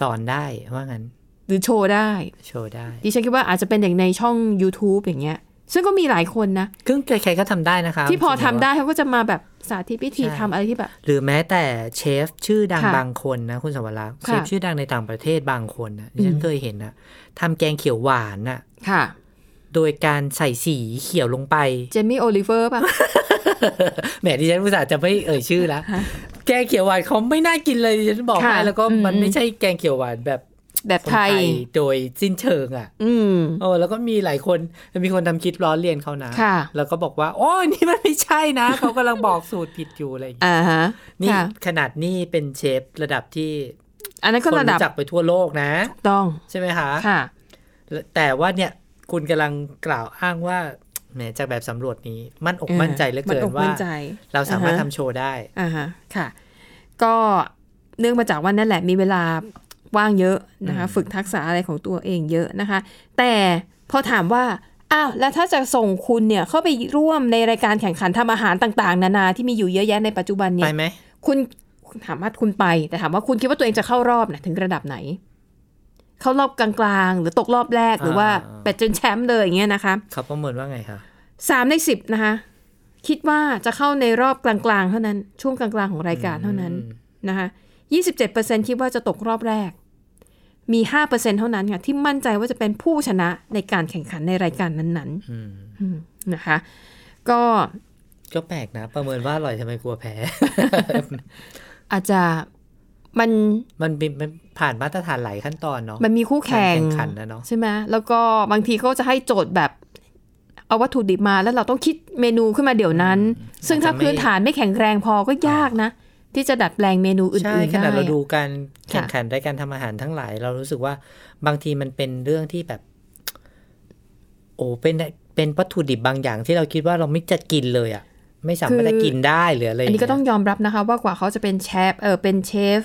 [SPEAKER 3] สอนได้ว่างั้น
[SPEAKER 2] หรือโชว์ได้
[SPEAKER 3] โชว์ได้
[SPEAKER 2] ดิฉันคิดว่าอาจจะเป็นอย่างในช่อง YouTube อย่างเงี้ย ซึ่งก็มีหลายคนนะ
[SPEAKER 3] ครึ่งใครๆก็ทำได้นะคะ
[SPEAKER 2] ที่พอทำได้เขาก็จะมาแบบสาธิตวิธี
[SPEAKER 3] ใช่
[SPEAKER 2] ทำอะไรที่แบบ
[SPEAKER 3] หรือแม้แต่เชฟชื่อดัง
[SPEAKER 2] ค่ะ
[SPEAKER 3] บางคนนะคุณสวรรค์เช
[SPEAKER 2] ค่ะ
[SPEAKER 3] ฟชื่อดังในต่างประเทศบางคนนะดิ
[SPEAKER 2] อืม
[SPEAKER 3] ฉันเคยเห็นนะทำแกงเขียวหวานน่ะ
[SPEAKER 2] ค่ะ
[SPEAKER 3] โดยการใส่สีเขียวลงไป
[SPEAKER 2] เจมี่โอลิเวอร์ป่ะ
[SPEAKER 3] แหมดิฉันอุตส่าห์จะไม่เอ่ยชื่อแล้ว
[SPEAKER 2] ฮะ
[SPEAKER 3] แกงเขียวหวานเขาไม่น่ากินเลยดิฉันบอก
[SPEAKER 2] ค่ะ
[SPEAKER 3] ให้แล้วก็
[SPEAKER 2] อืม
[SPEAKER 3] มันไม่ใช่แกงเขียวหวานแบบ
[SPEAKER 2] แบบ
[SPEAKER 3] คน
[SPEAKER 2] ไทย
[SPEAKER 3] โดยสิ้นเชิงอ่ะ
[SPEAKER 2] อืม
[SPEAKER 3] โอ้แล้วก็มีหลายคนมีคนทำคลิปล้อเลียนเขานะ
[SPEAKER 2] ค่ะ
[SPEAKER 3] แล้วก็บอกว่า โอ้ยนี่มันไม่ใช่นะ เขากำลังบอกสูตรผิดอยู่อะไรอย่างเงี้ย
[SPEAKER 2] อ่าฮะ
[SPEAKER 3] นี่
[SPEAKER 2] ค่ะ
[SPEAKER 3] ขนาดนี่เป็นเชฟระดับที่
[SPEAKER 2] อันนั้น
[SPEAKER 3] ค
[SPEAKER 2] ก็
[SPEAKER 3] น
[SPEAKER 2] ระดับ
[SPEAKER 3] รู้จักไปทั่วโลกนะ
[SPEAKER 2] ต้อง
[SPEAKER 3] ใช่ไหมคะ
[SPEAKER 2] ค่ะ
[SPEAKER 3] แต่ว่าเนี่ยคุณกำลังกล่าวอ้างว่าแหมจากแบบสำรวจนี้มั่นอก
[SPEAKER 2] เออ
[SPEAKER 3] มั่นใจเหลือเกิ
[SPEAKER 2] มั่น
[SPEAKER 3] น
[SPEAKER 2] อก
[SPEAKER 3] ว่า
[SPEAKER 2] มั่นใจ
[SPEAKER 3] เราสามารถ
[SPEAKER 2] อ่าฮะ
[SPEAKER 3] ทำโชว์ได้
[SPEAKER 2] อ่าฮะ ค่ะ ก็เนื่องมาจากว่านั่นแหละมีเวลาว่างเยอะนะคะ
[SPEAKER 3] อืม
[SPEAKER 2] ฝึกทักษะอะไรของตัวเองเยอะนะคะ แต่พอถามว่า อ้าว แล้วถ้าจะส่งคุณเนี่ยเข้าไปร่วมในรายการแข่งขันทำอาหารต่างๆ นานาที่มีอยู่เยอะแยะในปัจจุบันเนี่
[SPEAKER 3] ไป
[SPEAKER 2] ย
[SPEAKER 3] ไหม
[SPEAKER 2] คุณคุณถามว่าคุณไป แต่ถามว่าคุณคิดว่าตัวเองจะเข้ารอบนะถึงระดับไหน เข้ารอบกลางๆ หรือตกรอบแรกหรือว่า
[SPEAKER 3] อ่า
[SPEAKER 2] ไปจนแชมป์เลยอย่างเงี้ยนะคะ
[SPEAKER 3] เขาประเมินว่าไงคะ
[SPEAKER 2] สามในสิบนะคะ คิดว่าจะเข้าในรอบกลางๆ เท่านั้น ช่วงกลางๆ ของรายการเท่านั้นนะคะยี่สิบเจ็ดเปอร์เซ็นคิดว่าจะตกรอบแรก มีห้าเปอร์เซ็นเท่านั้นค่ะที่มั่นใจว่าจะเป็นผู้ชนะในการแข่งขันในรายการนั้น
[SPEAKER 3] อืม
[SPEAKER 2] ๆอืมนะคะ ก็
[SPEAKER 3] ก็แปลกนะ ประเมินว่าอร่อยทำไมกลัวแพ้
[SPEAKER 2] อาจจะมัน
[SPEAKER 3] มันเป็นมันผ่านมาตรฐานหลายขั้นตอนเนาะ
[SPEAKER 2] มันมีคู่แข่ง
[SPEAKER 3] การแข่งขันนะเนอะ
[SPEAKER 2] ใช่ไหมแล้วก็บางทีเขาจะให้โจทย์แบบ เอาวัตถุดิบมาแล้วเราต้องคิดเมนูขึ้นมาเดี๋ยวนั้น ซึ่งถ้าพื้นฐานไม่แข็งแรงพอก็ยากนะ ที่จะดัดแปลงเมนูอื่นๆได้
[SPEAKER 3] ใช่ขนาดเราดูการแข่ง
[SPEAKER 2] ค่ะ
[SPEAKER 3] ขันรายการทำอาหารทั้งหลาย เรารู้สึกว่าบางทีมันเป็นเรื่องที่แบบ โอ้เป็นเป็นวัตถุดิบบางอย่างที่เราคิดว่าเราไม่จะกินเลยอะไม่สามารถจะกินได้หรืออะไร
[SPEAKER 2] อันนี้ก็ต้องย
[SPEAKER 3] ย่าเย
[SPEAKER 2] อมรับนะคะ ว่ากว่าเขาจะเป็นเชฟเออเป็นเชฟ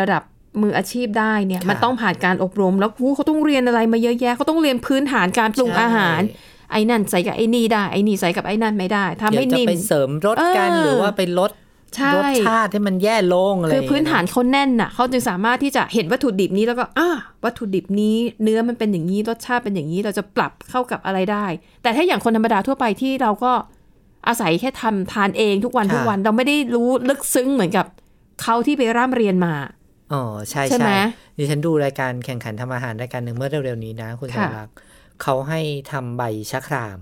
[SPEAKER 2] ระดับมืออาชีพได้เนี่ย
[SPEAKER 3] ค่ะ
[SPEAKER 2] มันต้องผ่านการอบรม แล้วหูเขาต้องเรียนอะไรมาเยอะแยะเขาต้องเรียนพื้นฐานการปรุงอาหาร
[SPEAKER 3] ใช่
[SPEAKER 2] ไอ้นั่นใส่กับไอ้นี่ได้ไอ้นี่ใส่กับไอ้นั่นไม่ได้ทำให้
[SPEAKER 3] เดี๋ยวจะ
[SPEAKER 2] นิ่ม
[SPEAKER 3] ไปเสริมรสกัน
[SPEAKER 2] เออ
[SPEAKER 3] หรือว่าไปลด
[SPEAKER 2] ใช่
[SPEAKER 3] รสชาติให้มันแย่ลงอะไร
[SPEAKER 2] คือพื้นฐาน
[SPEAKER 3] อย่งเงี้ย
[SPEAKER 2] เขาแน่นน่ะเขาจึงสามารถที่จะเห็นวัตถุดิบนี้แล้วก็อ่าวัตถุดิบนี้ เนื้อมันเป็นอย่างนี้รสชาติเป็นอย่างนี้เราจะปรับเข้ากับอะไรได้ แต่ถ้าอย่างคนธรรมดาทั่วไปที่เราก็อาศัยแค่ทำทานเองทุกวันทุกวันเราไม่ได้รู้ลึกซึ้งเหมือนกับเขาที่ไปร่ำเรียนมา
[SPEAKER 3] นะอ๋อใช่
[SPEAKER 2] ใช่ไหม
[SPEAKER 3] ใช่ ดิฉันดูรายการแข่งขันทำอาหารรายการหนึ่งเมื่อเร็วๆนี้นะคุณสา
[SPEAKER 2] ค่ะ
[SPEAKER 3] รักษ์เขาให้ทำใบชะคราม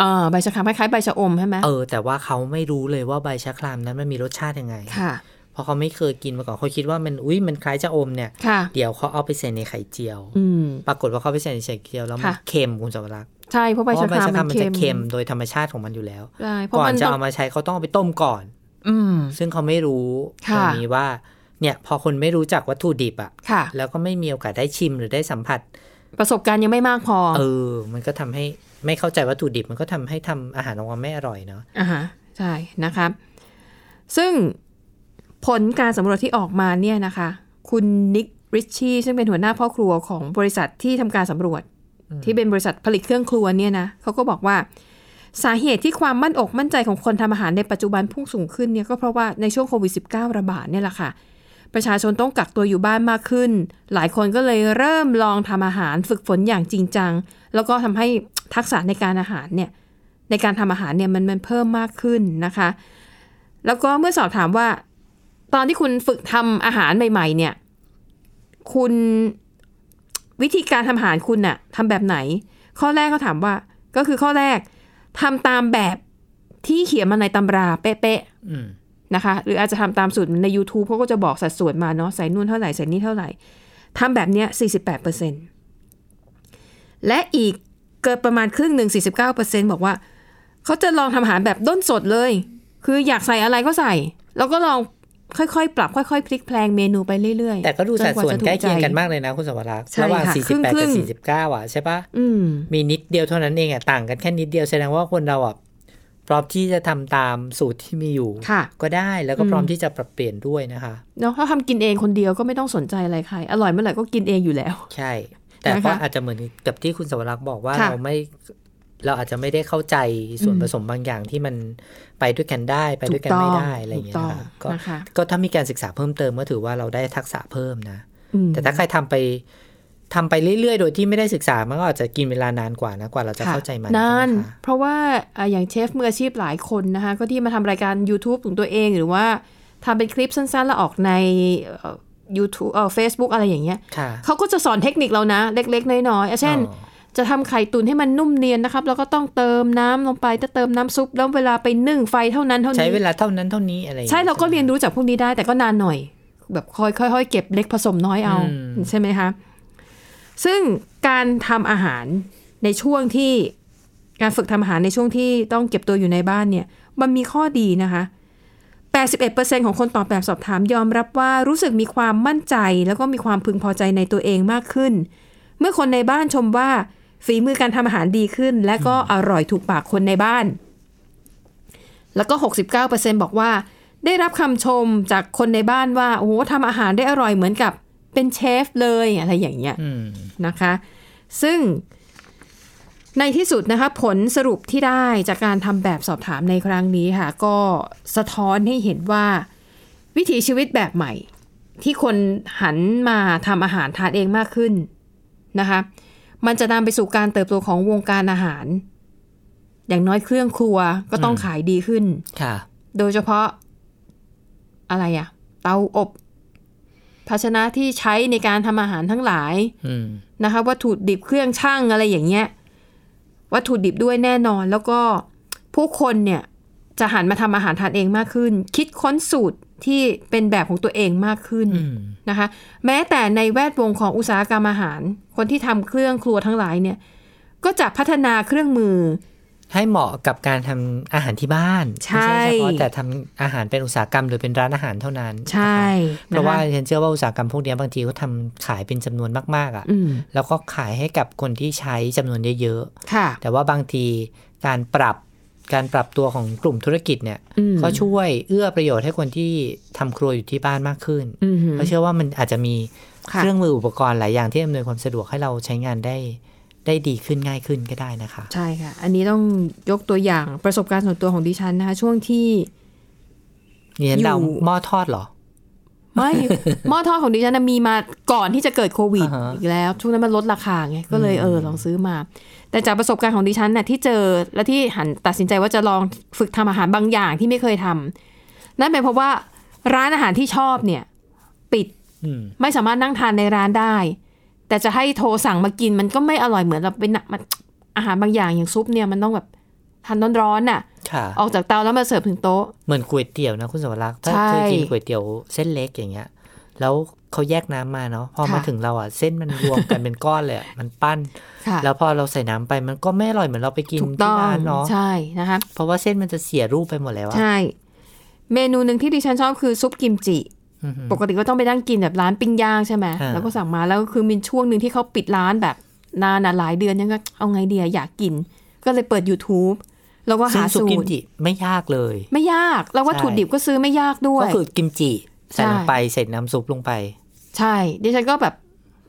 [SPEAKER 2] เอ่อใบชะครามคล้ายๆใบชะอมใช่ไหม
[SPEAKER 3] เออ แต่ว่าเขาไม่รู้เลยว่าใบชะครามนั้นมันมีรสชาติยังไง
[SPEAKER 2] ค่ะ
[SPEAKER 3] เพราะเขาไม่เคยกินมาก่อนเขาคิดว่ามันอุ้ยมันคล้ายชะอมเนี่ย
[SPEAKER 2] ค่ะ
[SPEAKER 3] เดี๋ยวเขาเอาไปใส่ในไข่เจียว
[SPEAKER 2] อืม
[SPEAKER 3] ปรากฏว่าเขาไปใส่ในไข่เจียวแล้วมัน
[SPEAKER 2] ค่ะ
[SPEAKER 3] เค็มคุณสารักษ์
[SPEAKER 2] ใช่เพราะ
[SPEAKER 3] เพ
[SPEAKER 2] ใบ
[SPEAKER 3] ราะ
[SPEAKER 2] ชะ
[SPEAKER 3] ว่าใบ
[SPEAKER 2] คราม
[SPEAKER 3] ชะค
[SPEAKER 2] มั
[SPEAKER 3] ราม
[SPEAKER 2] น
[SPEAKER 3] มันจะ
[SPEAKER 2] เค็
[SPEAKER 3] เค็ม
[SPEAKER 2] ม
[SPEAKER 3] โดยธรรมชาติของมันอยู่แล้ว
[SPEAKER 2] ใช่เพราะ
[SPEAKER 3] ก่อ
[SPEAKER 2] มัน น
[SPEAKER 3] จะ
[SPEAKER 2] ต้อง
[SPEAKER 3] เอามาใช้เขาต้องเอาไปต้มก่อน
[SPEAKER 2] อืม
[SPEAKER 3] ซึ่งเขาไม่รู้
[SPEAKER 2] ค่ะ
[SPEAKER 3] ตรงนี้ว่า เนี่ยพอคนไม่รู้จักวัตถุดิบอะ
[SPEAKER 2] ค่ะ
[SPEAKER 3] แล้วก็ไม่มีโอกาสได้ชิมหรือได้สัมผัส
[SPEAKER 2] ประสบการณ์ยังไม่มากพอ
[SPEAKER 3] เออ มันก็ทำให้ไม่เข้าใจวัตถุดิบ มันก็ทำให้ทำอาหารออกมาไม่อร่อยเนาะ
[SPEAKER 2] อ่าฮะใช่นะคะซึ่ง ผลการสำรวจที่ออกมาเนี่ยนะคะ คุณนิกริชชี่ซึ่งเป็นหัวหน้าพ่อครัวของบริษัทที่ทำการสำรวจ ที่เป็นบริษัทผลิตเครื่องครัวเนี่ยนะเขาก็บอกว่า สาเหตุที่ความมั่นอกมั่นใจของคนทำอาหารในปัจจุบันพุ่งสูงขึ้นเนี่ยก็เพราะว่าในช่วงโควิด -19 ระบาดเนี่ยแหละค่ะ ประชาชนต้องกักตัวอยู่บ้านมากขึ้น หลายคนก็เลยเริ่มลองทำอาหารฝึกฝนอย่างจริงจัง แล้วก็ทำให้ทักษะในการอาหารเนี่ยในการทำอาหารเนี่ยมันมันเพิ่มมากขึ้นนะคะ แล้วก็เมื่อสอบถามว่า ตอนที่คุณฝึกทำอาหารใหม่ ๆ เนี่ย คุณวิธีการทำอาหารคุณน่ะทำแบบไหน ข้อแรกเขาถามว่า ก็คือข้อแรก ทำตามแบบที่เขียนมาในตำราเป๊ะ
[SPEAKER 3] อืม
[SPEAKER 2] ๆนะคะ หรืออาจจะทำตามสูตรใน YouTube เขาก็จะบอกสัดส่วนมาเนาะใส่นู่นเท่าไหร่ใส่นี่เท่าไหร่ทำแบบเนี้ย 48%และอีกเกินประมาณครึ่งหนึ่ง49%บอกว่า เขาจะลองทำอาหารแบบด้นสดเลย คืออยากใส่อะไรก็ใส่ แล้วก็ลองค่อยๆ ปรับค่อยๆ พลิกแพลงเมนูไปเรื่อยๆ
[SPEAKER 3] แต่ก็ดูสัดส่ว
[SPEAKER 2] จ
[SPEAKER 3] น
[SPEAKER 2] ว่าจะถู
[SPEAKER 3] ใกล้เคียง
[SPEAKER 2] ใจ
[SPEAKER 3] กันมากเลยนะคุณสมรักษ์
[SPEAKER 2] ใช่
[SPEAKER 3] ระหว่าง
[SPEAKER 2] ค่ะครึ่ง
[SPEAKER 3] 48
[SPEAKER 2] ครึ่ง
[SPEAKER 3] กับ 49 อ่ะใช่ปะ
[SPEAKER 2] อืม
[SPEAKER 3] มีนิดเดียวเท่านั้นเองอ่ะต่างกันแค่นิดเดียวแสดงว่าคนเราอ่ะพร้อมที่จะทำตามสูตรที่มีอยู่
[SPEAKER 2] ค่ะ
[SPEAKER 3] ก็ได้แล้วก็พร้อม
[SPEAKER 2] อืม
[SPEAKER 3] ที่จะปรับเปลี่ยนด้วยนะคะ
[SPEAKER 2] เนาะถ้าทำกินเองคนเดียวก็ไม่ต้องสนใจอะไรใคร อร่อยเมื่อไหร่ก็กินเองอยู่แล้ว
[SPEAKER 3] ใช่ แต่
[SPEAKER 2] นะคะ
[SPEAKER 3] ก็อาจจะเหมือนกับที่คุณสวรักษ์บอกว่า
[SPEAKER 2] ค่ะ
[SPEAKER 3] เราไม่เราอาจจะไม่ได้เข้าใจส่วน
[SPEAKER 2] อืม
[SPEAKER 3] ผสมบางอย่างที่มันไปด้วยกันได้ไปด้วยกัน
[SPEAKER 2] ถูกต้
[SPEAKER 3] ไม่
[SPEAKER 2] อง
[SPEAKER 3] ได้อะไรอย่างเงี้ย
[SPEAKER 2] ถูกต้อง
[SPEAKER 3] ค่ะก็
[SPEAKER 2] นะคะ
[SPEAKER 3] ก็ถ้ามีการศึกษาเพิ่มเติมก็ถือว่าเราได้ทักษะเพิ่มนะ
[SPEAKER 2] อืม
[SPEAKER 3] แต่ถ้าใครทำไปทำไปเรื่อยๆ โดยที่ไม่ได้ศึกษา มันก็อาจจะกินเวลานานกว่านะกว่าเราจะ
[SPEAKER 2] ค่ะ
[SPEAKER 3] เข้าใจมัน
[SPEAKER 2] นาน
[SPEAKER 3] ใช่ไหมคะ
[SPEAKER 2] เพราะว่าอ่าอย่างเชฟมืออาชีพหลายคนนะคะก็ที่มาทำรายการ YouTube ของตัวเองหรือว่าทำเป็นคลิปสั้นๆ แล้วออกในเอ่อ YouTube เอ่อ Facebook อะไรอย่างเงี้ย
[SPEAKER 3] ค่ะ
[SPEAKER 2] เขาก็จะสอนเทคนิคเรานะเล็กๆ น้อยๆอ่ะเช่น
[SPEAKER 3] อ๋อ
[SPEAKER 2] จะทำไข่ตุนให้มันนุ่มเนียนนะครับ แล้วก็ต้องเติมน้ำลงไปถ้าเติมน้ำซุป แล้วเวลาไปนึ่งไฟเท่านั้นเท่า
[SPEAKER 3] ใช้
[SPEAKER 2] นี้
[SPEAKER 3] เวลาเท่านั้นเท่านี้อะไรอย่ง
[SPEAKER 2] ใช่
[SPEAKER 3] งี้ย
[SPEAKER 2] เราก็
[SPEAKER 3] ใช่ไหม
[SPEAKER 2] เรียนรู้จากพวกนี้ได้แต่ก็นานหน่อย แบบค่อยค่อยๆเก็บเล็กผสมน้อยเอา
[SPEAKER 3] อืม
[SPEAKER 2] ใช่ไหมคะซึ่งการทำอาหารในช่วงที่การฝึกทำอาหารในช่วงที่ต้องเก็บตัวอยู่ในบ้านเนี่ย มันมีข้อดีนะคะ 81%ของคนตอบแบบสอบถามยอมรับว่ารู้สึกมีความมั่นใจ แล้วก็มีความพึงพอใจในตัวเองมากขึ้น เมื่อคนในบ้านชมว่าฝีมือการทำอาหารดีขึ้น และก็อร่อยถูกปากคนในบ้าน แล้วก็ 69%บอกว่า ได้รับคำชมจากคนในบ้านว่า โอ้โหทำอาหารได้อร่อยเหมือนกับเป็นเชฟเลยอะไรอย่างเงี้ย
[SPEAKER 3] อืม
[SPEAKER 2] นะคะ ซึ่งในที่สุดนะคะผลสรุปที่ได้จากการทำแบบสอบถามในครั้งนี้ค่ะ ก็สะท้อนให้เห็นว่า วิถีชีวิตแบบใหม่ ที่คนหันมาทำอาหารทานเองมากขึ้นนะคะ มันจะนำไปสู่การเติบโตของวงการอาหาร อย่างน้อยเครื่องครัวก็ต้อง
[SPEAKER 3] อืม
[SPEAKER 2] ขายดีขึ้น
[SPEAKER 3] ค่ะ
[SPEAKER 2] โดยเฉพาะอะไรอะเตาอบ ภาชนะที่ใช้ในการทำอาหารทั้งหลาย
[SPEAKER 3] อืม
[SPEAKER 2] นะคะวัตถุดิบเครื่องช่างอะไรอย่างเงี้ยวัตถุดิบด้วยแน่นอน แล้วก็ผู้คนเนี่ยจะหันมาทำอาหารทานเองมากขึ้น คิดค้นสูตรที่เป็นแบบของตัวเองมากขึ้น
[SPEAKER 3] อืม
[SPEAKER 2] นะคะ แม้แต่ในแวดวงของอุตสาหกรรมอาหาร คนที่ทำเครื่องครัวทั้งหลายเนี่ย ก็จะพัฒนาเครื่องมือ
[SPEAKER 3] ให้เหมาะกับการทำอาหารที่บ้าน
[SPEAKER 2] ใช่
[SPEAKER 3] ไม่เฉพาะแต่ทำอาหารเป็นอุตสาหกรรมหรือเป็นร้านอาหารเท่านั้น
[SPEAKER 2] ใช่
[SPEAKER 3] นะ
[SPEAKER 2] น
[SPEAKER 3] คะ
[SPEAKER 2] ค
[SPEAKER 3] เพราะว่าฉันเชื่อว่าอุตสาหกรรมพวกเนี้ยบางทีเขาทำขายเป็นจำนวนมากๆอ่ะ
[SPEAKER 2] อืม
[SPEAKER 3] แล้วก็ขายให้กับคนที่ใช้จำนวนเยอะ
[SPEAKER 2] ค่ะ
[SPEAKER 3] ๆแต่ว่าบางทีการปรับการปรับตัวของกลุ่มธุรกิจเนี่ย
[SPEAKER 2] อืม
[SPEAKER 3] ก็ช่วยเอื้อประโยชน์ให้คนที่ทำครัวอยู่ที่บ้านมากขึ้น
[SPEAKER 2] อืม
[SPEAKER 3] เพราะเชื่อว่ามันอาจจะมี
[SPEAKER 2] ค่ะ
[SPEAKER 3] เครื่องมืออุปกรณ์หลายอย่างที่อำนวยความสะดวกให้เราใช้งานได้ได้ดีขึ้นง่ายขึ้นก็ได้นะคะ
[SPEAKER 2] ใช่ค่ะ อันนี้ต้องยกตัวอย่างประสบการณ์ส่วนตัวของดิฉันนะคะ ช่วงที่
[SPEAKER 3] นี่ฉันเดา
[SPEAKER 2] อยู่
[SPEAKER 3] หม้อทอดเหรอ
[SPEAKER 2] ไม่ หม้อทอดของดิฉันนะมีมาก่อนที่จะเกิดโควิด
[SPEAKER 3] อ่าฮะ
[SPEAKER 2] อีกแล้ว ช่วงนั้นมันลดราคาไง ก็เลยเออลองซื้อมา แต่จากประสบการณ์ของดิฉันน่ะที่เจอและที่หันตัดสินใจว่าจะลองฝึกทำอาหารบางอย่างที่ไม่เคยทำนั่นเป็นเพราะว่าร้านอาหารที่ชอบเนี่ย ปิด
[SPEAKER 3] อืม
[SPEAKER 2] ไม่สามารถนั่งทานในร้านได้ แต่จะให้โทรสั่งมากินมันก็ไม่อร่อยเหมือนเราเป็นน่ะมันอาหารบางอย่างอย่างซุปเนี่ยมันต้องแบบทานร้อนๆน่ะ
[SPEAKER 3] ค่ะ
[SPEAKER 2] ออกจากเตาแล้วมาเสิร์ฟถึงโต๊ะ
[SPEAKER 3] เหมือนก๋วยเตี๋ยวนะคุณสวรักษ์ถ้า
[SPEAKER 2] ใช่
[SPEAKER 3] เคยกินก๋วยเตี๋ยวเส้นเล็กอย่างเงี้ย แล้วเขาแยกน้ำมาเนาะ พอมา
[SPEAKER 2] ค่ะ
[SPEAKER 3] ถึงเราอ่ะ เส้นมันรวมกัน เป็นก้อนเลยอะมันปั้น
[SPEAKER 2] ค่ะ
[SPEAKER 3] แล้วพอเราใส่น้ำไปมันก็ไม่อร่อยเหมือนเราไปกิน
[SPEAKER 2] ถูก
[SPEAKER 3] ที่
[SPEAKER 2] ต้อง
[SPEAKER 3] ร้านเนาะ
[SPEAKER 2] ใช่นะคะ
[SPEAKER 3] เพราะว่าเส้นมันจะเสียรูปไปหมดแล้วอะ
[SPEAKER 2] ใช่ เมนูหนึ่งที่ดิฉันชอบคือซุปกิมจิ
[SPEAKER 3] อือหือ
[SPEAKER 2] ปกติก็ต้องไปนั่งกินแบบร้านปิ้งย่างใช่ไหม
[SPEAKER 3] อ่า
[SPEAKER 2] แล้วก็สั่งมาแล้วคือมีช่วงหนึ่งที่เขาปิดร้านแบบนานอะหลายเดือนยังก็เอาไงเดียอยากกิน ก็เลยเปิด YouTube แล้วก็
[SPEAKER 3] ซึ่ง
[SPEAKER 2] หา
[SPEAKER 3] สุ
[SPEAKER 2] สู
[SPEAKER 3] กิม
[SPEAKER 2] ตร
[SPEAKER 3] จิไม่ยากเลย
[SPEAKER 2] ไม่ยาก แล้ววัตถุดิบก็ซื้อไม่ยากด้วย
[SPEAKER 3] ก็คือกิมจิใส่
[SPEAKER 2] ใช่
[SPEAKER 3] ลงไปใส่น้ำซุปลงไป
[SPEAKER 2] ใช่ ดิฉันก็แบบ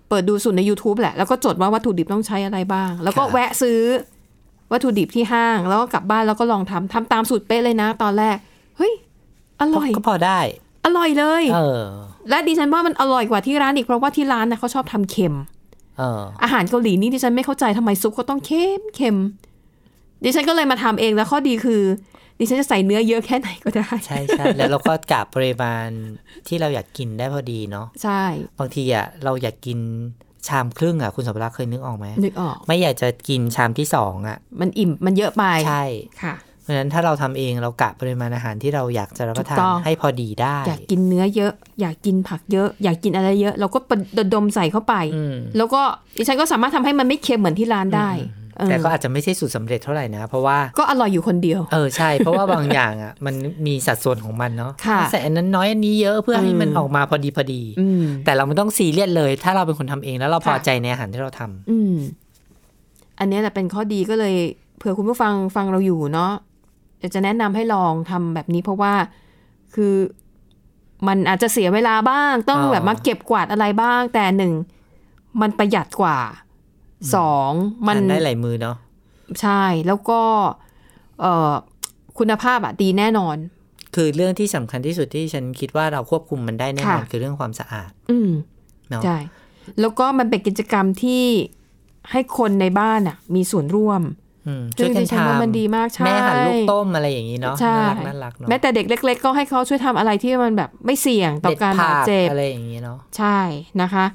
[SPEAKER 2] เปิดดูสูตรใน YouTube แหละ แล้วก็จดว่าวัตถุดิบต้องใช้อะไรบ้าง แล้วก็
[SPEAKER 3] ค่ะ
[SPEAKER 2] แวะซื้อวัตถุดิบที่ห้าง แล้วก็กลับบ้านแล้วก็ลองทำทำตามสูตรเป๊ะเลยนะ ตอนแรก เฮ้ย อร่อย
[SPEAKER 3] ก็พอได้
[SPEAKER 2] อร่อยเลย
[SPEAKER 3] เออ
[SPEAKER 2] และดิฉันว่ามันอร่อยกว่าที่ร้านอีกเพราะว่าที่ร้านนะเขาชอบทำเค็ม
[SPEAKER 3] เออ
[SPEAKER 2] อาหารเกาหลีนี่ดิฉันไม่เข้าใจทำไมซุปเขาต้องเค็มเค็มดิฉันก็เลยมาทำเองแล้วข้อดีคือ ดิฉันจะใส่เนื้อเยอะแค่ไหนก็ได้
[SPEAKER 3] ใช่ใช่แล้วเราก็กะปริมาณที่เราอยากกินได้พอดีเนาะ
[SPEAKER 2] ใช่
[SPEAKER 3] บางทีอ่ะเราอยากกิน ชามครึ่งอ่ะคุณสมรักเคยนึกออกไหม
[SPEAKER 2] นึกออก
[SPEAKER 3] ไม่อยากจะกินชามที่สองอ่ะ
[SPEAKER 2] มันอิ่มมันเยอะไป
[SPEAKER 3] ใช่
[SPEAKER 2] ค่ะ
[SPEAKER 3] เพราะฉะนั้นถ้าเราทำเองเรากะปริมาณอาหารที่เราอยากจะรับประทา
[SPEAKER 2] ถู
[SPEAKER 3] น
[SPEAKER 2] กต้อง
[SPEAKER 3] ให้พอดีได้
[SPEAKER 2] อยากกินเนื้อเยอะ อยากกินผักเยอะ อยากกินอะไรเยอะ เราก็ดดมใส่เข้าไป
[SPEAKER 3] อืม
[SPEAKER 2] แล้วก็ดิฉันก็สามารถทำให้มันไม่เค็มเหมือนที่ร้านได้เออ
[SPEAKER 3] แต่ก็อาจจะไม่ใช่สูตรสำเร็จเท่าไหร่นะ เพราะว่า
[SPEAKER 2] ก็อร่อยอยู่คนเดียว
[SPEAKER 3] เออใช่ เพราะว่าบางอย่างอ่ะมันมีสัดส่วนของมันเนาะ
[SPEAKER 2] ค่ะ
[SPEAKER 3] ใส่อันนั้นน้อยอันนี้เยอะเพื่อให้มัน
[SPEAKER 2] อืม
[SPEAKER 3] ออกมาพอดีพอดี
[SPEAKER 2] อืม
[SPEAKER 3] แต่เราไม่ต้องซีเรียสเลย ถ้าเราเป็นคนทำเองแล้วเราพอ
[SPEAKER 2] ค่ะ
[SPEAKER 3] ใจในอาหารที่เราทำ
[SPEAKER 2] อืม อันเนี้ยแหละเป็นข้อดีก็เลยเผื่อคุณผู้ฟังฟังเราอยู่เนาะอยากจะแนะนำให้ลองทำแบบนี้เพราะว่าคือมันอาจจะเสียเวลาบ้าง ต้องแบบมาเก็บกวาดอะไรบ้าง แต่หนึ่งมันประหยัดกว่าสองมัน
[SPEAKER 3] ทานได้หลายมือเนาะ
[SPEAKER 2] ใช่แล้วก็เอ่อคุณภาพอะดีแน่นอน
[SPEAKER 3] คือเรื่องที่สำคัญที่สุดที่ฉันคิดว่าเราควบคุมมันได้แน่นอน
[SPEAKER 2] ค่ะ
[SPEAKER 3] คือเรื่องความสะอาด
[SPEAKER 2] อืม
[SPEAKER 3] เนาะ
[SPEAKER 2] ใช่แล้วก็มันเป็นกิจกรรมที่ให้คนในบ้านอะมีส่วนร่วม
[SPEAKER 3] อืม
[SPEAKER 2] ซึ่
[SPEAKER 3] ช่วย
[SPEAKER 2] ง
[SPEAKER 3] กั
[SPEAKER 2] ดิ
[SPEAKER 3] น
[SPEAKER 2] ฉัน
[SPEAKER 3] ทำ
[SPEAKER 2] ว่ามันดีมากใช่
[SPEAKER 3] แม่หั่นลูกต้มอะไรอย่างนี้เนาะ
[SPEAKER 2] ใช่
[SPEAKER 3] น่ารักน่ารักเนาะ
[SPEAKER 2] แม้แต่เด็กเล็ก ๆ ก็ให้เขาช่วยทำอะไรที่มันแบบไม่เสี่ยงต่อ
[SPEAKER 3] เด็ด
[SPEAKER 2] การ
[SPEAKER 3] ผั
[SPEAKER 2] บาดเจ็บ
[SPEAKER 3] อะไรอย่างนี้เนาะ
[SPEAKER 2] ใช่นะคะ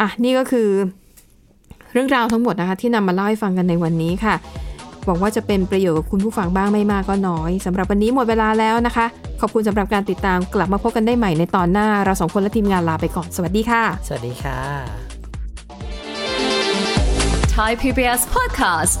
[SPEAKER 2] อ่ะนี่ก็คือเรื่องราวทั้งหมดนะคะ ที่นำมาเล่าให้ฟังกันในวันนี้ค่ะ หวังว่าจะเป็นประโยชน์กับคุณผู้ฟังบ้างไม่มากก็น้อยสำหรับวันนี้หมดเวลาแล้วนะคะ ขอบคุณสำหรับการติดตามกลับมาพบกันได้ใหม่ในตอนหน้า เราสองคนและทีมงานลาไปก่อน สวัสดีค่ะ
[SPEAKER 3] สวัสดีค่ะ
[SPEAKER 4] Thai PBS podcast.